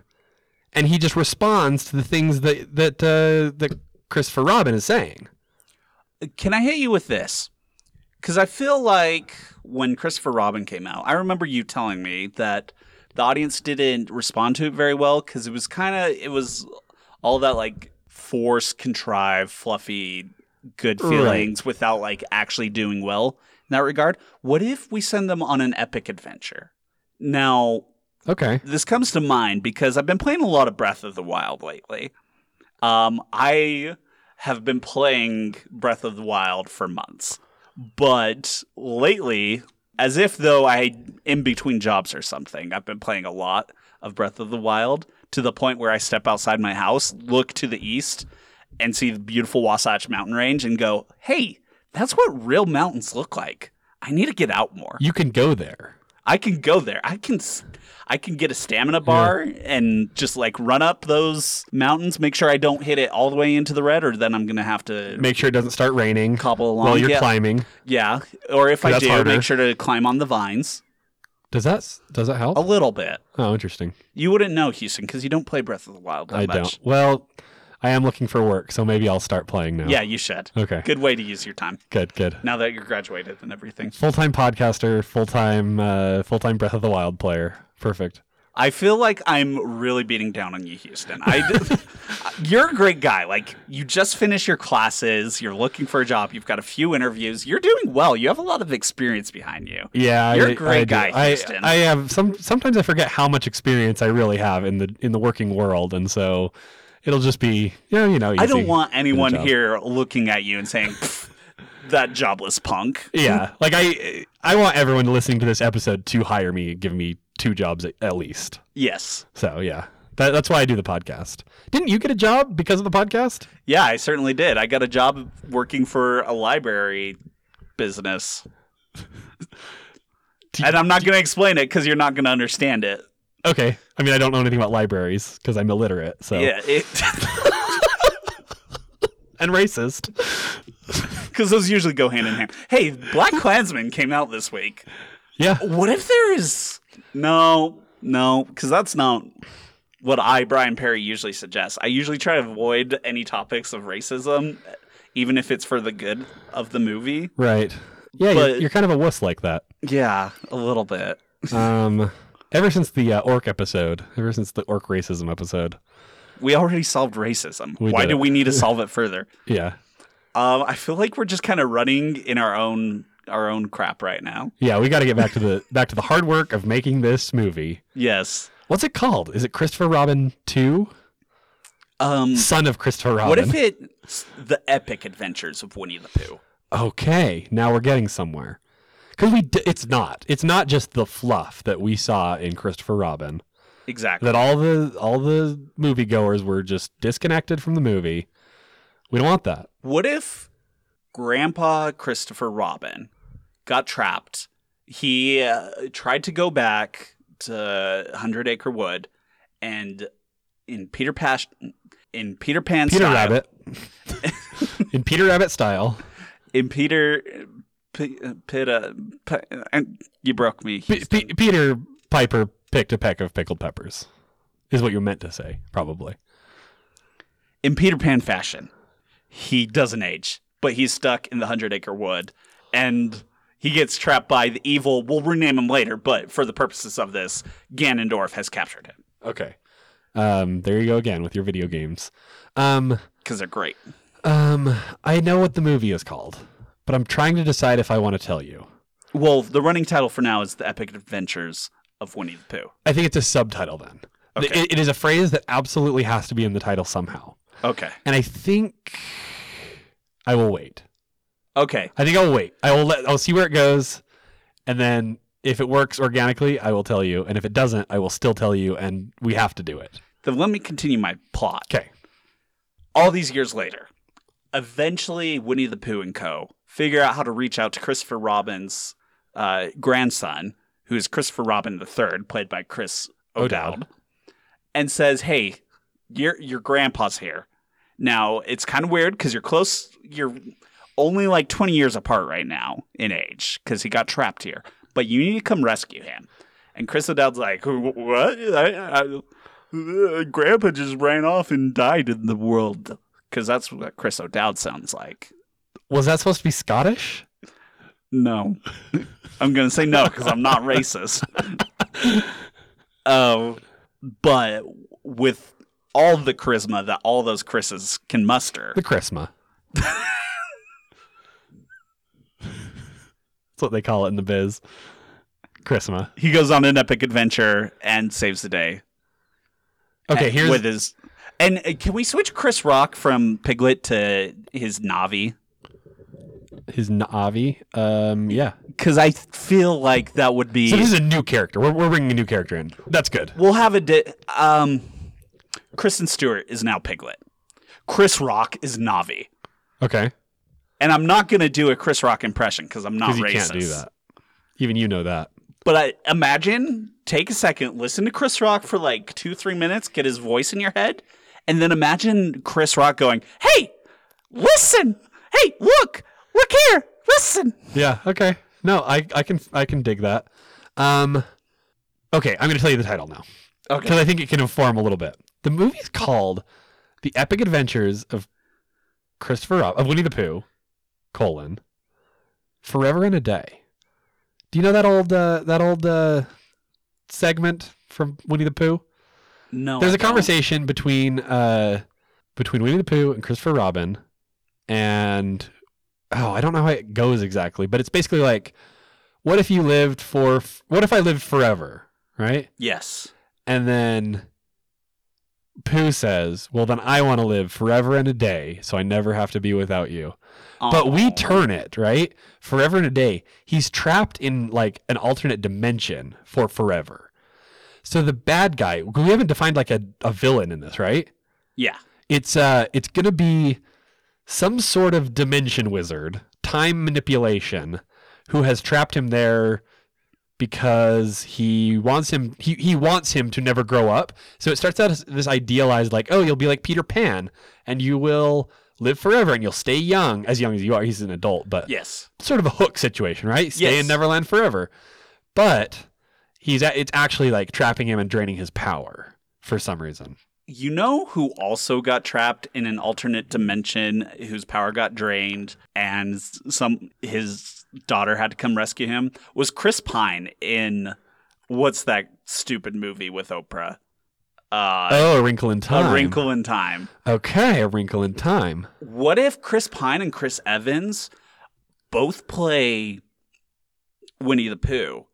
Speaker 2: and he just responds to the things that that uh, that christopher robin is saying
Speaker 3: Can I hit you with this? Because I feel like when Christopher Robin came out, I remember you telling me that the audience didn't respond to it very well because it was kind of it was all that like forced, contrived, fluffy, good
Speaker 2: Right.
Speaker 3: feelings without like actually doing well in that regard. What if we send them on an epic adventure? Now,
Speaker 2: okay
Speaker 3: this comes to mind because I've been playing a lot of Breath of the Wild lately. Um, I have been playing Breath of the Wild for months, but lately As if though I in between jobs or something. I've been playing a lot of Breath of the Wild to the point where I step outside my house, look to the east, and see the beautiful Wasatch Mountain Range and go, "Hey, that's what real mountains look like." I need to get out more.
Speaker 2: You can go there.
Speaker 3: I can go there. I can s- I can get a stamina bar and just like run up those mountains, make sure I don't hit it all the way into the red or then I'm going to have to
Speaker 2: Make sure it doesn't start raining
Speaker 3: Cobble
Speaker 2: while
Speaker 3: along,
Speaker 2: you're
Speaker 3: yeah.
Speaker 2: climbing.
Speaker 3: yeah, or if I
Speaker 2: That's
Speaker 3: do,
Speaker 2: harder.
Speaker 3: make sure to climb on the vines
Speaker 2: Does that s- does that help?
Speaker 3: a little bit.
Speaker 2: Oh, interesting.
Speaker 3: You wouldn't know Houston cuz you don't play Breath of the Wild that
Speaker 2: I
Speaker 3: much.
Speaker 2: don't. Well, I am looking for work, so maybe I'll start playing now.
Speaker 3: Yeah, you should.
Speaker 2: Okay.
Speaker 3: Good way to use your time
Speaker 2: Good. Good.
Speaker 3: now that you're graduated and everything.
Speaker 2: Full time podcaster. Full time. Uh, Full time Breath of the Wild player. Perfect.
Speaker 3: I feel like I'm really beating down on you, Houston. I d- you're a great guy. Like you just finished your classes, you're looking for a job, you've got a few interviews, you're doing well. You have a lot of experience behind you.
Speaker 2: Yeah,
Speaker 3: You're
Speaker 2: I,
Speaker 3: a great
Speaker 2: I do.
Speaker 3: guy,
Speaker 2: I,
Speaker 3: Houston.
Speaker 2: I have some. Sometimes I forget how much experience I really have in the in the working world, and so it'll just be you know, you know. Easy.
Speaker 3: I don't want anyone
Speaker 2: job.
Speaker 3: here looking at you and saying "Pff, that jobless punk.
Speaker 2: Yeah, like I I want everyone listening to this episode to hire me, and give me two jobs at, at least.
Speaker 3: Yes.
Speaker 2: So yeah, that, that's why I do the podcast. Didn't you get a job because of the podcast?
Speaker 3: Yeah, I certainly did. I got a job working for a library business. and I'm not going to explain it because you're not going to understand it.
Speaker 2: Okay, I mean I don't know anything about libraries because I'm illiterate. So
Speaker 3: Yeah. It-
Speaker 2: and racist.
Speaker 3: Because those usually go hand in hand. Hey, Black Klansman came out this week.
Speaker 2: Yeah,
Speaker 3: What if there is. No, no, because that's not what I, Brian Perry, usually suggest. I usually try to avoid any topics of racism, even if it's for the good of the movie.
Speaker 2: right. Yeah, you're,
Speaker 3: But-
Speaker 2: you're kind of a wuss like that.
Speaker 3: Yeah, a little bit.
Speaker 2: Um, ever since the uh, orc episode, ever since the orc racism episode,
Speaker 3: We already solved racism.
Speaker 2: We
Speaker 3: Why
Speaker 2: did
Speaker 3: do
Speaker 2: it.
Speaker 3: we need to solve it further?
Speaker 2: yeah,
Speaker 3: Um, I feel like we're just kind of running in our own our own crap right now.
Speaker 2: yeah, we got to get back to the back to the hard work of making this movie.
Speaker 3: Yes.
Speaker 2: What's it called? Is it Christopher Robin Two?
Speaker 3: Um,
Speaker 2: Son of Christopher Robin.
Speaker 3: what if it's the epic adventures of Winnie the Pooh?
Speaker 2: okay, now we're getting somewhere. Because we, d- it's not. It's not just the fluff that we saw in Christopher Robin.
Speaker 3: Exactly.
Speaker 2: That all the all the moviegoers were just disconnected from the movie. We don't want that.
Speaker 3: What if Grandpa Christopher Robin got trapped? He uh, tried to go back to Hundred Acre Wood, and in Peter Pash, in Peter Pan
Speaker 2: Peter
Speaker 3: style,
Speaker 2: Rabbit. in Peter Rabbit style.
Speaker 3: in Peter P- uh, Pita, P- and you broke me.
Speaker 2: P- P- Peter Piper picked a peck of pickled peppers. Is what you meant to say, probably.
Speaker 3: in Peter Pan fashion, he doesn't age, but he's stuck in the Hundred Acre Wood, and he gets trapped by the evil. We'll rename him later, but for the purposes of this, Ganondorf has captured him
Speaker 2: Okay. Um, there you go again with your video games. Um,
Speaker 3: because they're great.
Speaker 2: um, I know what the movie is called, but I'm trying to decide if I want to tell you.
Speaker 3: Well, the running title for now is The Epic Adventures of Winnie the Pooh.
Speaker 2: I think it's a subtitle then. Th-
Speaker 3: Okay.
Speaker 2: It, it is a phrase that absolutely has to be in the title somehow.
Speaker 3: Okay.
Speaker 2: And I think I will wait.
Speaker 3: Okay.
Speaker 2: I think I'll wait. I will let I'll see where it goes and then if it works organically, I will tell you, and if it doesn't, I will still tell you and we have to do it.
Speaker 3: Then let me continue my plot.
Speaker 2: Okay.
Speaker 3: All these years later, eventually Winnie the Pooh and co. figure out how to reach out to Christopher Robin's uh, grandson, who is Christopher Robin III, played by Chris O'Dowd,
Speaker 2: O'Dowd.
Speaker 3: and says, "Hey, your your grandpa's here." Now it's kind of weird because you're close. You're only like 20 years apart right now in age because he got trapped here, but you need to come rescue him. And Chris O'Dowd's like, "Wh- "What? I, I, uh, Grandpa just ran off and died in the world." Because that's what Chris O'Dowd sounds like.
Speaker 2: Was that supposed to be Scottish?
Speaker 3: No. I'm going to say no because I'm not racist. Oh, but with all the charisma that all those Chris's can muster,
Speaker 2: The Chrisma. That's what they call it in the biz. Chrisma.
Speaker 3: he goes on an epic adventure and saves the day.
Speaker 2: Okay,
Speaker 3: And-
Speaker 2: here's
Speaker 3: with his. And uh, can we switch Chris Rock from Piglet to his Navi?
Speaker 2: his Na'vi. Um, yeah.
Speaker 3: because I feel like that would be.
Speaker 2: So this is a new character. We're, we're bringing a new character in. That's good.
Speaker 3: we'll have a. Di- um, Kristen Stewart is now Piglet. Chris Rock is Navi,
Speaker 2: Okay.
Speaker 3: and I'm not gonna do a Chris Rock impression because I'm not
Speaker 2: Because you
Speaker 3: racist.
Speaker 2: can't do that. Even you know that.
Speaker 3: But I imagine take a second, listen to Chris Rock for like two, three minutes, get his voice in your head, and then imagine Chris Rock going, "Hey, listen! Hey, look! Look here! Listen!"
Speaker 2: Yeah. Okay. No, I, I can I can dig that. Um, okay, I'm going to tell you the title now
Speaker 3: Okay.
Speaker 2: because I think it can inform a little bit. The movie's called "The Epic Adventures of Christopher Robin, of Winnie the Pooh: colon Forever and a Day." Do you know that old uh, that old uh, segment from Winnie the Pooh?
Speaker 3: No.
Speaker 2: There's
Speaker 3: a
Speaker 2: a conversation between uh between Winnie the Pooh and Christopher Robin, and oh, I don't know how it goes exactly, but it's basically like, what if you lived for? What if I lived forever, right?
Speaker 3: Yes.
Speaker 2: And then Pooh says, "Well, then I want to live forever and a day, so I never have to be without you." But we turn it right forever and a day. He's trapped in like an alternate dimension for forever. So the bad guy, we haven't defined like a, a villain in this, right?
Speaker 3: Yeah.
Speaker 2: It's uh, it's gonna be some sort of dimension wizard, time manipulation, who has trapped him there because he wants him he, he wants him to never grow up. So it starts out as this idealized like, oh, you'll be like Peter Pan and you will live forever and you'll stay young, as young as you are. He's an adult, but
Speaker 3: Yes.
Speaker 2: sort of a hook situation, right? Stay
Speaker 3: Yes.
Speaker 2: in Neverland forever. But he's a- it's actually like trapping him and draining his power for some reason.
Speaker 3: You know who also got trapped in an alternate dimension, whose power got drained, and s- some his daughter had to come rescue him was Chris Pine in what's that stupid movie with Oprah? Uh,
Speaker 2: Oh, a wrinkle in time.
Speaker 3: A Wrinkle in Time.
Speaker 2: Okay, a wrinkle in time.
Speaker 3: What if Chris Pine and Chris Evans both play Winnie the Pooh,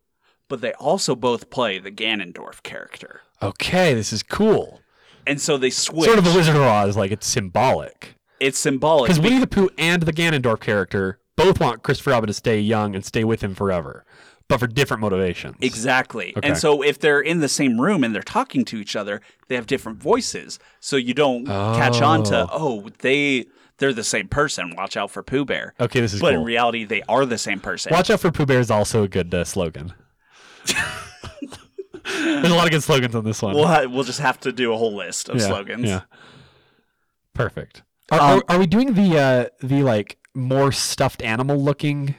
Speaker 3: but they also both play the Ganondorf character,
Speaker 2: Okay, this is cool.
Speaker 3: and so they switch.
Speaker 2: Sort of a Wizard of Oz, like it's symbolic.
Speaker 3: it's symbolic
Speaker 2: Because Winnie the Pooh and the Ganondorf character both want Christopher Robin to stay young and stay with him forever, but for different motivations.
Speaker 3: Exactly.
Speaker 2: Okay.
Speaker 3: And so if they're in the same room and they're talking to each other, they have different voices. So you don't catch on to, oh, they they're the same person. Watch out for Pooh Bear.
Speaker 2: Okay, this is
Speaker 3: But in
Speaker 2: cool.
Speaker 3: reality, they are the same person.
Speaker 2: Watch out for Pooh Bear is also a good uh, slogan. There's a lot of good slogans on this one.
Speaker 3: We'll, ha- we'll just have to do a whole list of
Speaker 2: Yeah,
Speaker 3: slogans.
Speaker 2: Yeah. Perfect. Are, are-
Speaker 3: Um,
Speaker 2: are we doing the uh, the like more stuffed animal looking?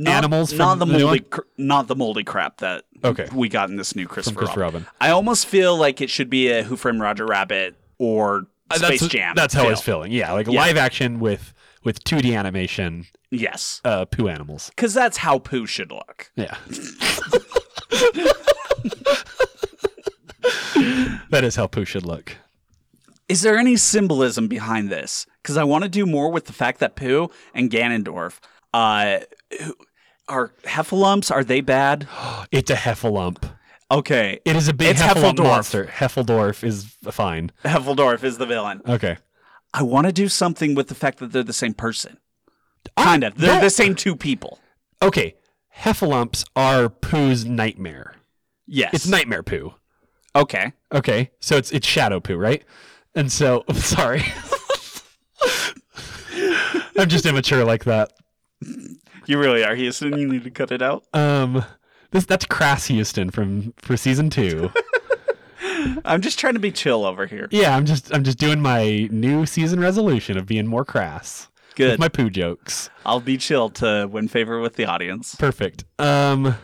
Speaker 3: Not,
Speaker 2: Animals
Speaker 3: not
Speaker 2: from
Speaker 3: the
Speaker 2: the new
Speaker 3: moldy,
Speaker 2: one?
Speaker 3: cr- not the moldy crap that
Speaker 2: Okay.
Speaker 3: we got in this new Christopher,
Speaker 2: Christopher
Speaker 3: Robin.
Speaker 2: Robin.
Speaker 3: I almost feel like it should be a Who Framed Roger Rabbit or
Speaker 2: Uh,
Speaker 3: Space
Speaker 2: that's,
Speaker 3: Jam.
Speaker 2: That's how
Speaker 3: feel.
Speaker 2: it's feeling. Yeah, like
Speaker 3: Yeah.
Speaker 2: live action with with 2D animation
Speaker 3: Yes,
Speaker 2: uh, poo animals.
Speaker 3: because that's how Pooh should look.
Speaker 2: Yeah. that is how poo should look.
Speaker 3: Is there any symbolism behind this? Because I want to do more with the fact that Pooh and Ganondorf uh, who- are heffalumps. Are they bad?
Speaker 2: It's a heffalump.
Speaker 3: Okay,
Speaker 2: It is a big
Speaker 3: It's
Speaker 2: heffalump
Speaker 3: Heffeldorf.
Speaker 2: monster. Heffeldorf is fine.
Speaker 3: Heffeldorf is the villain.
Speaker 2: Okay.
Speaker 3: I want to do something with the fact that they're the same person. Kind of. They're
Speaker 2: that-
Speaker 3: the same two people.
Speaker 2: Okay. Heffalumps are poo's nightmare.
Speaker 3: Yes.
Speaker 2: It's nightmare poo.
Speaker 3: Okay.
Speaker 2: Okay, so it's it's shadow poo, right? And so I'm sorry. I'm just immature like that.
Speaker 3: You really are, Houston. You need to cut it out.
Speaker 2: Um this that's Crass Houston from for season two.
Speaker 3: I'm just trying to be chill over here.
Speaker 2: yeah, I'm just I'm just doing my new season resolution of being more crass.
Speaker 3: Good.
Speaker 2: With my poo jokes.
Speaker 3: I'll be chill to win favor with the audience.
Speaker 2: Perfect. Um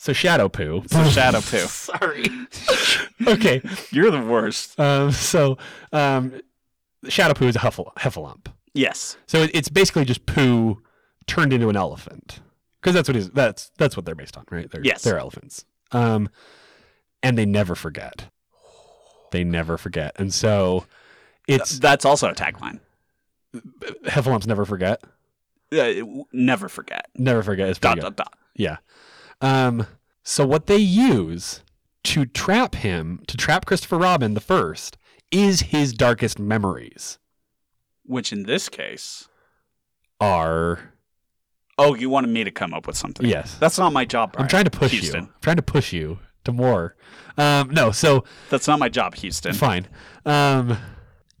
Speaker 2: so shadow poo.
Speaker 3: So Shadow Pooh.
Speaker 2: okay.
Speaker 3: You're the worst.
Speaker 2: Um so um shadow poo is a huffle heffalump.
Speaker 3: Yes.
Speaker 2: So it- it's basically just poo turned into an elephant because that's what it is. That's that's what they're based on, right? They're,
Speaker 3: Yes.
Speaker 2: they're elephants. Um, and they never forget. They never forget, and so it's
Speaker 3: That's also a tagline.
Speaker 2: heffalumps never forget.
Speaker 3: Uh, never forget.
Speaker 2: Never forget is pretty
Speaker 3: Dot
Speaker 2: good.
Speaker 3: dot dot.
Speaker 2: Yeah. Um, so what they use to trap him, to trap Christopher Robin the first, is his darkest memories.
Speaker 3: Which in this case,
Speaker 2: R.
Speaker 3: Oh, you wanted me to come up with something?
Speaker 2: Yes.
Speaker 3: That's not my job. Brian.
Speaker 2: I'm trying to push
Speaker 3: Houston.
Speaker 2: you. I'm trying to push you to more. Um, no, so
Speaker 3: That's not my job, Houston.
Speaker 2: fine. Um,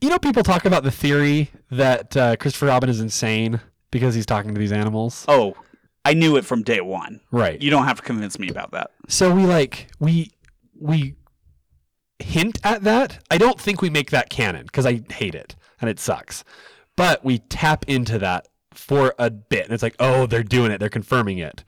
Speaker 2: you know, people talk about the theory that uh, Christopher Robin is insane because he's talking to these animals.
Speaker 3: Oh, I knew it from day one.
Speaker 2: Right.
Speaker 3: You don't have to convince me about that.
Speaker 2: so we like we we hint at that i don't think we make that canon because i hate it and it sucks but we tap into that for a bit and it's like oh they're doing it they're confirming it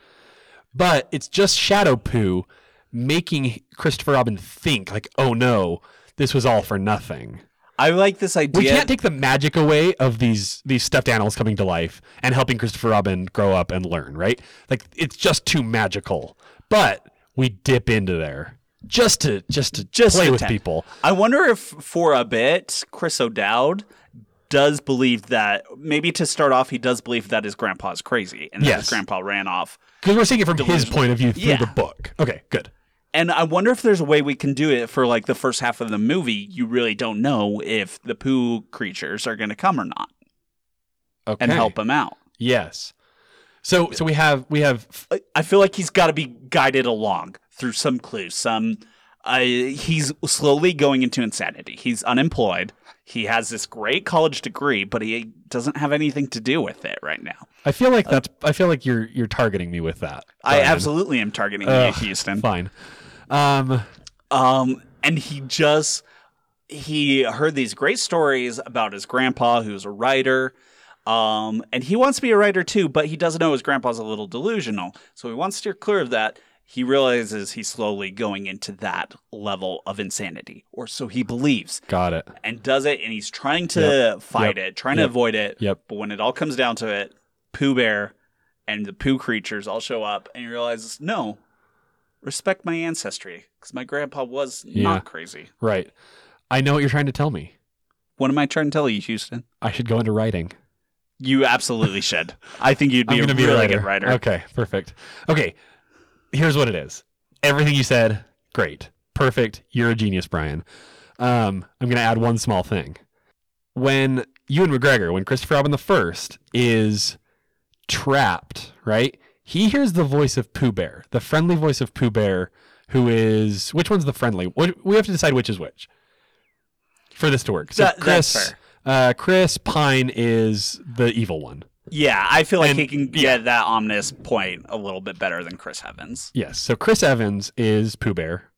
Speaker 2: but it's just shadow poo making christopher robin think like oh no this was all for nothing
Speaker 3: I like this
Speaker 2: we
Speaker 3: idea.
Speaker 2: can't take the magic away of these these stuffed animals coming to life and helping Christopher Robin grow up and learn, right? Like it's just too magical. But we dip into there just to just to
Speaker 3: Just
Speaker 2: play
Speaker 3: to
Speaker 2: with
Speaker 3: tap.
Speaker 2: people.
Speaker 3: I wonder if for a bit Chris O'Dowd does believe that maybe to start off he does believe that his grandpa's crazy and that his
Speaker 2: Yes.
Speaker 3: grandpa ran off.
Speaker 2: Because we're seeing it from his
Speaker 3: Delusional.
Speaker 2: point of view through
Speaker 3: Yeah.
Speaker 2: the book. Okay, good.
Speaker 3: And I wonder if there's a way we can do it for like the first half of the movie. You really don't know if the poo creatures are going to come or not
Speaker 2: Okay.
Speaker 3: and help him out.
Speaker 2: Yes. So so we have we have
Speaker 3: I- I feel like he's got to be guided along through some clues. Some uh, he's slowly going into insanity. He's unemployed. He has this great college degree, but he doesn't have anything to do with it right now.
Speaker 2: I feel like that's I feel like you're you're targeting me with that.
Speaker 3: I
Speaker 2: Brian.
Speaker 3: absolutely am targeting you,
Speaker 2: Ugh,
Speaker 3: Houston.
Speaker 2: Fine. Um
Speaker 3: Um, and he just he heard these great stories about his grandpa, who's a writer. Um, and he wants to be a writer too, but he doesn't know his grandpa's a little delusional, so he wants to steer clear of that. He realizes he's slowly going into that level of insanity, or so he believes,
Speaker 2: got it.
Speaker 3: and does it. And he's trying to
Speaker 2: Yep.
Speaker 3: fight
Speaker 2: Yep.
Speaker 3: it, trying to
Speaker 2: Yep.
Speaker 3: avoid it.
Speaker 2: Yep.
Speaker 3: But when it all comes down to it, Pooh Bear and the Pooh creatures all show up, and he realizes, no, respect my ancestry, because my grandpa was
Speaker 2: Yeah.
Speaker 3: not crazy.
Speaker 2: Right. I know what you're trying to tell me.
Speaker 3: What am I trying to tell you, Houston?
Speaker 2: I should go into writing.
Speaker 3: You absolutely should. I think you'd
Speaker 2: I'm
Speaker 3: be a
Speaker 2: gonna
Speaker 3: really good writer.
Speaker 2: Okay, perfect. Okay, here's what it is. Everything you said, great, perfect. You're a genius, Brian. Um, I'm gonna add one small thing. When Ewan McGregor, when Christopher Robin the First is trapped, right? He hears the voice of Pooh Bear, the friendly voice of Pooh Bear, who is which one's the friendly? What- We have to decide which is which for this to work. So
Speaker 3: That- that's
Speaker 2: Chris, uh, Chris Pine is the evil one.
Speaker 3: Yeah, I feel like
Speaker 2: And-
Speaker 3: he can get that ominous point a little bit better than Chris Evans.
Speaker 2: Yes. So Chris Evans is Pooh Bear.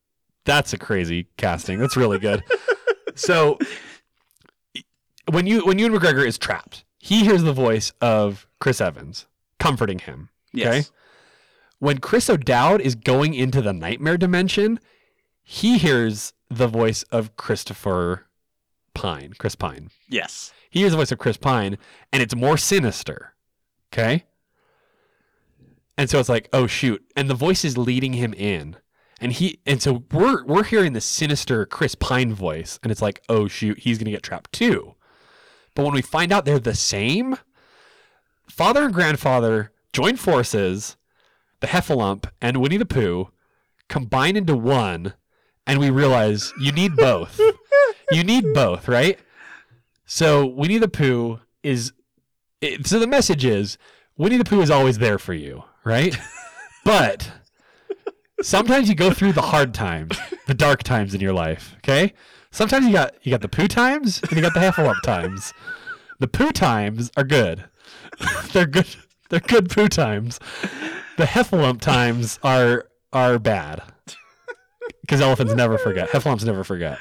Speaker 2: That's a crazy casting. That's really good. so when you when Ewan McGregor is trapped, he hears the voice of Chris Evans comforting him.
Speaker 3: Yes.
Speaker 2: When Chris O'Dowd is going into the nightmare dimension, he hears the voice of Christopher Pine. Chris Pine.
Speaker 3: Yes.
Speaker 2: He hears the voice of Chris Pine, and it's more sinister. Okay? And so it's like, oh shoot. And the voice is leading him in. And he and so we're we're hearing the sinister Chris Pine voice, and it's like, oh shoot, he's gonna get trapped too. But when we find out they're the same, father and grandfather join forces, the Heffalump and Winnie the Pooh combine into one, and we realize you need both. you need both, right? So Winnie the Pooh is. It, so the message is Winnie the Pooh is always there for you, right? but sometimes you go through the hard times, the dark times in your life. Okay. Sometimes you got you got the Pooh times and you got the Heffalump times. The Pooh times are good. they're good. They're good Pooh times. The Heffalump times are are bad. Because elephants never forget. Heffalumps never forget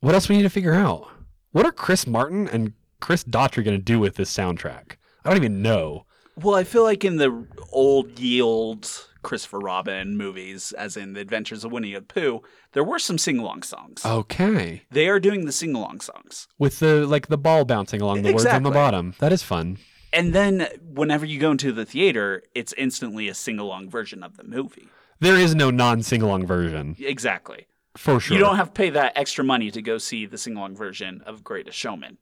Speaker 2: what else we need to figure out? What are Chris Martin and Chris Daughtry going to do with this soundtrack? I don't even know.
Speaker 3: Well, I feel like in the old ye old Christopher Robin movies, as in The Adventures of Winnie the Pooh, there were some sing along songs.
Speaker 2: Oh. Okay.
Speaker 3: They are doing the sing along songs.
Speaker 2: With the like the ball bouncing along the words on the
Speaker 3: Exactly.
Speaker 2: bottom. That is fun.
Speaker 3: And then whenever you go into the theater, it's instantly a sing along version of the movie.
Speaker 2: There is no non-sing-along version
Speaker 3: Exactly.
Speaker 2: for sure.
Speaker 3: You don't have to pay that extra money to go see the sing along version of Greatest Showman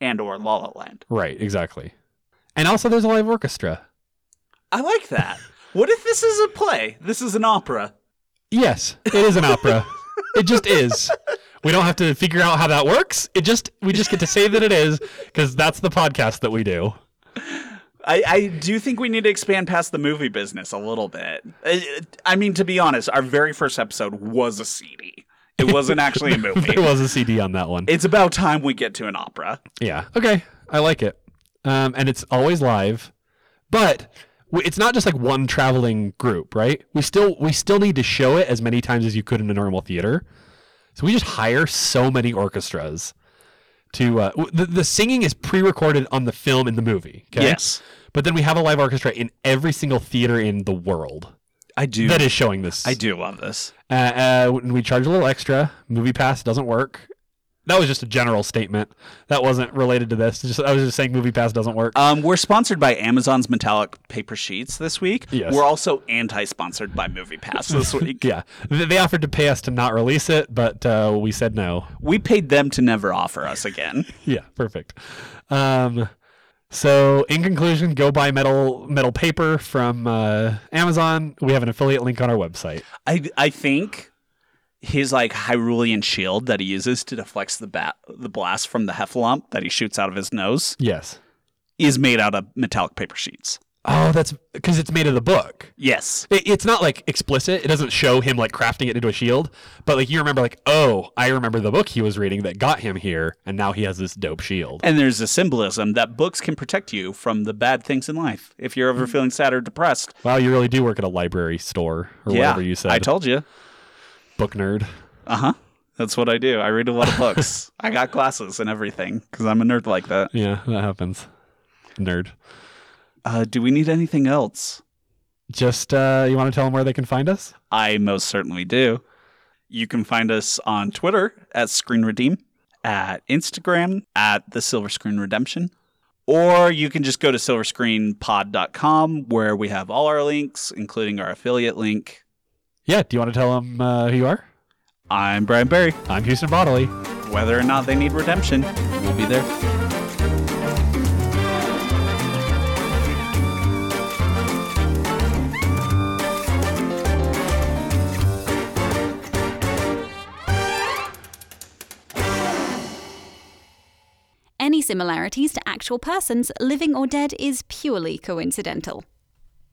Speaker 3: and or La La Land.
Speaker 2: right, exactly. And also there's a live orchestra.
Speaker 3: I like that. what if this is a play? This is an opera.
Speaker 2: Yes, it is an opera. It just is. We don't have to figure out how that works. It just we just get to say that it is because that's the podcast that we do.
Speaker 3: I, I do think we need to expand past the movie business a little bit. I, I mean, to be honest, our very first episode was a CD. It wasn't actually a movie.
Speaker 2: There was a CD on that one.
Speaker 3: It's about time we get to an opera.
Speaker 2: Yeah. Okay. I like it. Um, and it's always live, but w- it's not just like one traveling group, right? We still we still need to show it as many times as you could in a normal theater. So we just hire so many orchestras to uh, w- the, the singing is pre-recorded on the film in the movie. 'kay?
Speaker 3: Yes.
Speaker 2: But then we have a live orchestra in every single theater in the world
Speaker 3: I do.
Speaker 2: that is showing this.
Speaker 3: I do love this.
Speaker 2: Uh, uh, when we charge a little extra, movie pass doesn't work. That was just a general statement. That wasn't related to this. Just I was just saying movie pass doesn't work.
Speaker 3: Um, we're sponsored by Amazon's metallic paper sheets this week.
Speaker 2: Yes.
Speaker 3: We're also anti-sponsored by MoviePass this week.
Speaker 2: yeah, Th- they offered to pay us to not release it, but uh, we said no.
Speaker 3: We paid them to never offer us again.
Speaker 2: Yeah, perfect. Um, so in conclusion, go buy metal metal paper from uh, Amazon. We have an affiliate link on our website.
Speaker 3: I I think his like Hyrulean shield that he uses to deflect the bat the blast from the heffalump that he shoots out of his nose
Speaker 2: Yes.
Speaker 3: is made out of metallic paper sheets.
Speaker 2: Oh, that's because it's made of the book.
Speaker 3: Yes.
Speaker 2: It- it's not like explicit. It doesn't show him like crafting it into a shield, but like you remember, like oh, I remember the book he was reading that got him here, and now he has this dope shield.
Speaker 3: And there's a symbolism that books can protect you from the bad things in life. If you're ever feeling sad or depressed,
Speaker 2: Wow, you really do work at a library store or
Speaker 3: yeah,
Speaker 2: whatever you said.
Speaker 3: I told you.
Speaker 2: book nerd.
Speaker 3: Uh huh. That's what I do. I read a lot of books. I got glasses and everything because I'm a nerd like that.
Speaker 2: Yeah, that happens. Nerd.
Speaker 3: Uh, do we need anything else?
Speaker 2: Just uh, you want to tell them where they can find us?
Speaker 3: I most certainly do. You can find us on Twitter at Screen Redeem, at Instagram at The Silver Screen Redemption, or you can just go to silverscreenpod.com where we have all our links, including our affiliate link.
Speaker 2: Yeah. Do you want to tell them uh, who you are?
Speaker 3: I'm Brian Barry.
Speaker 2: I'm Houston Bodily.
Speaker 3: Whether or not they need redemption, we'll be there.
Speaker 1: Any similarities to actual persons, living or dead, is purely coincidental.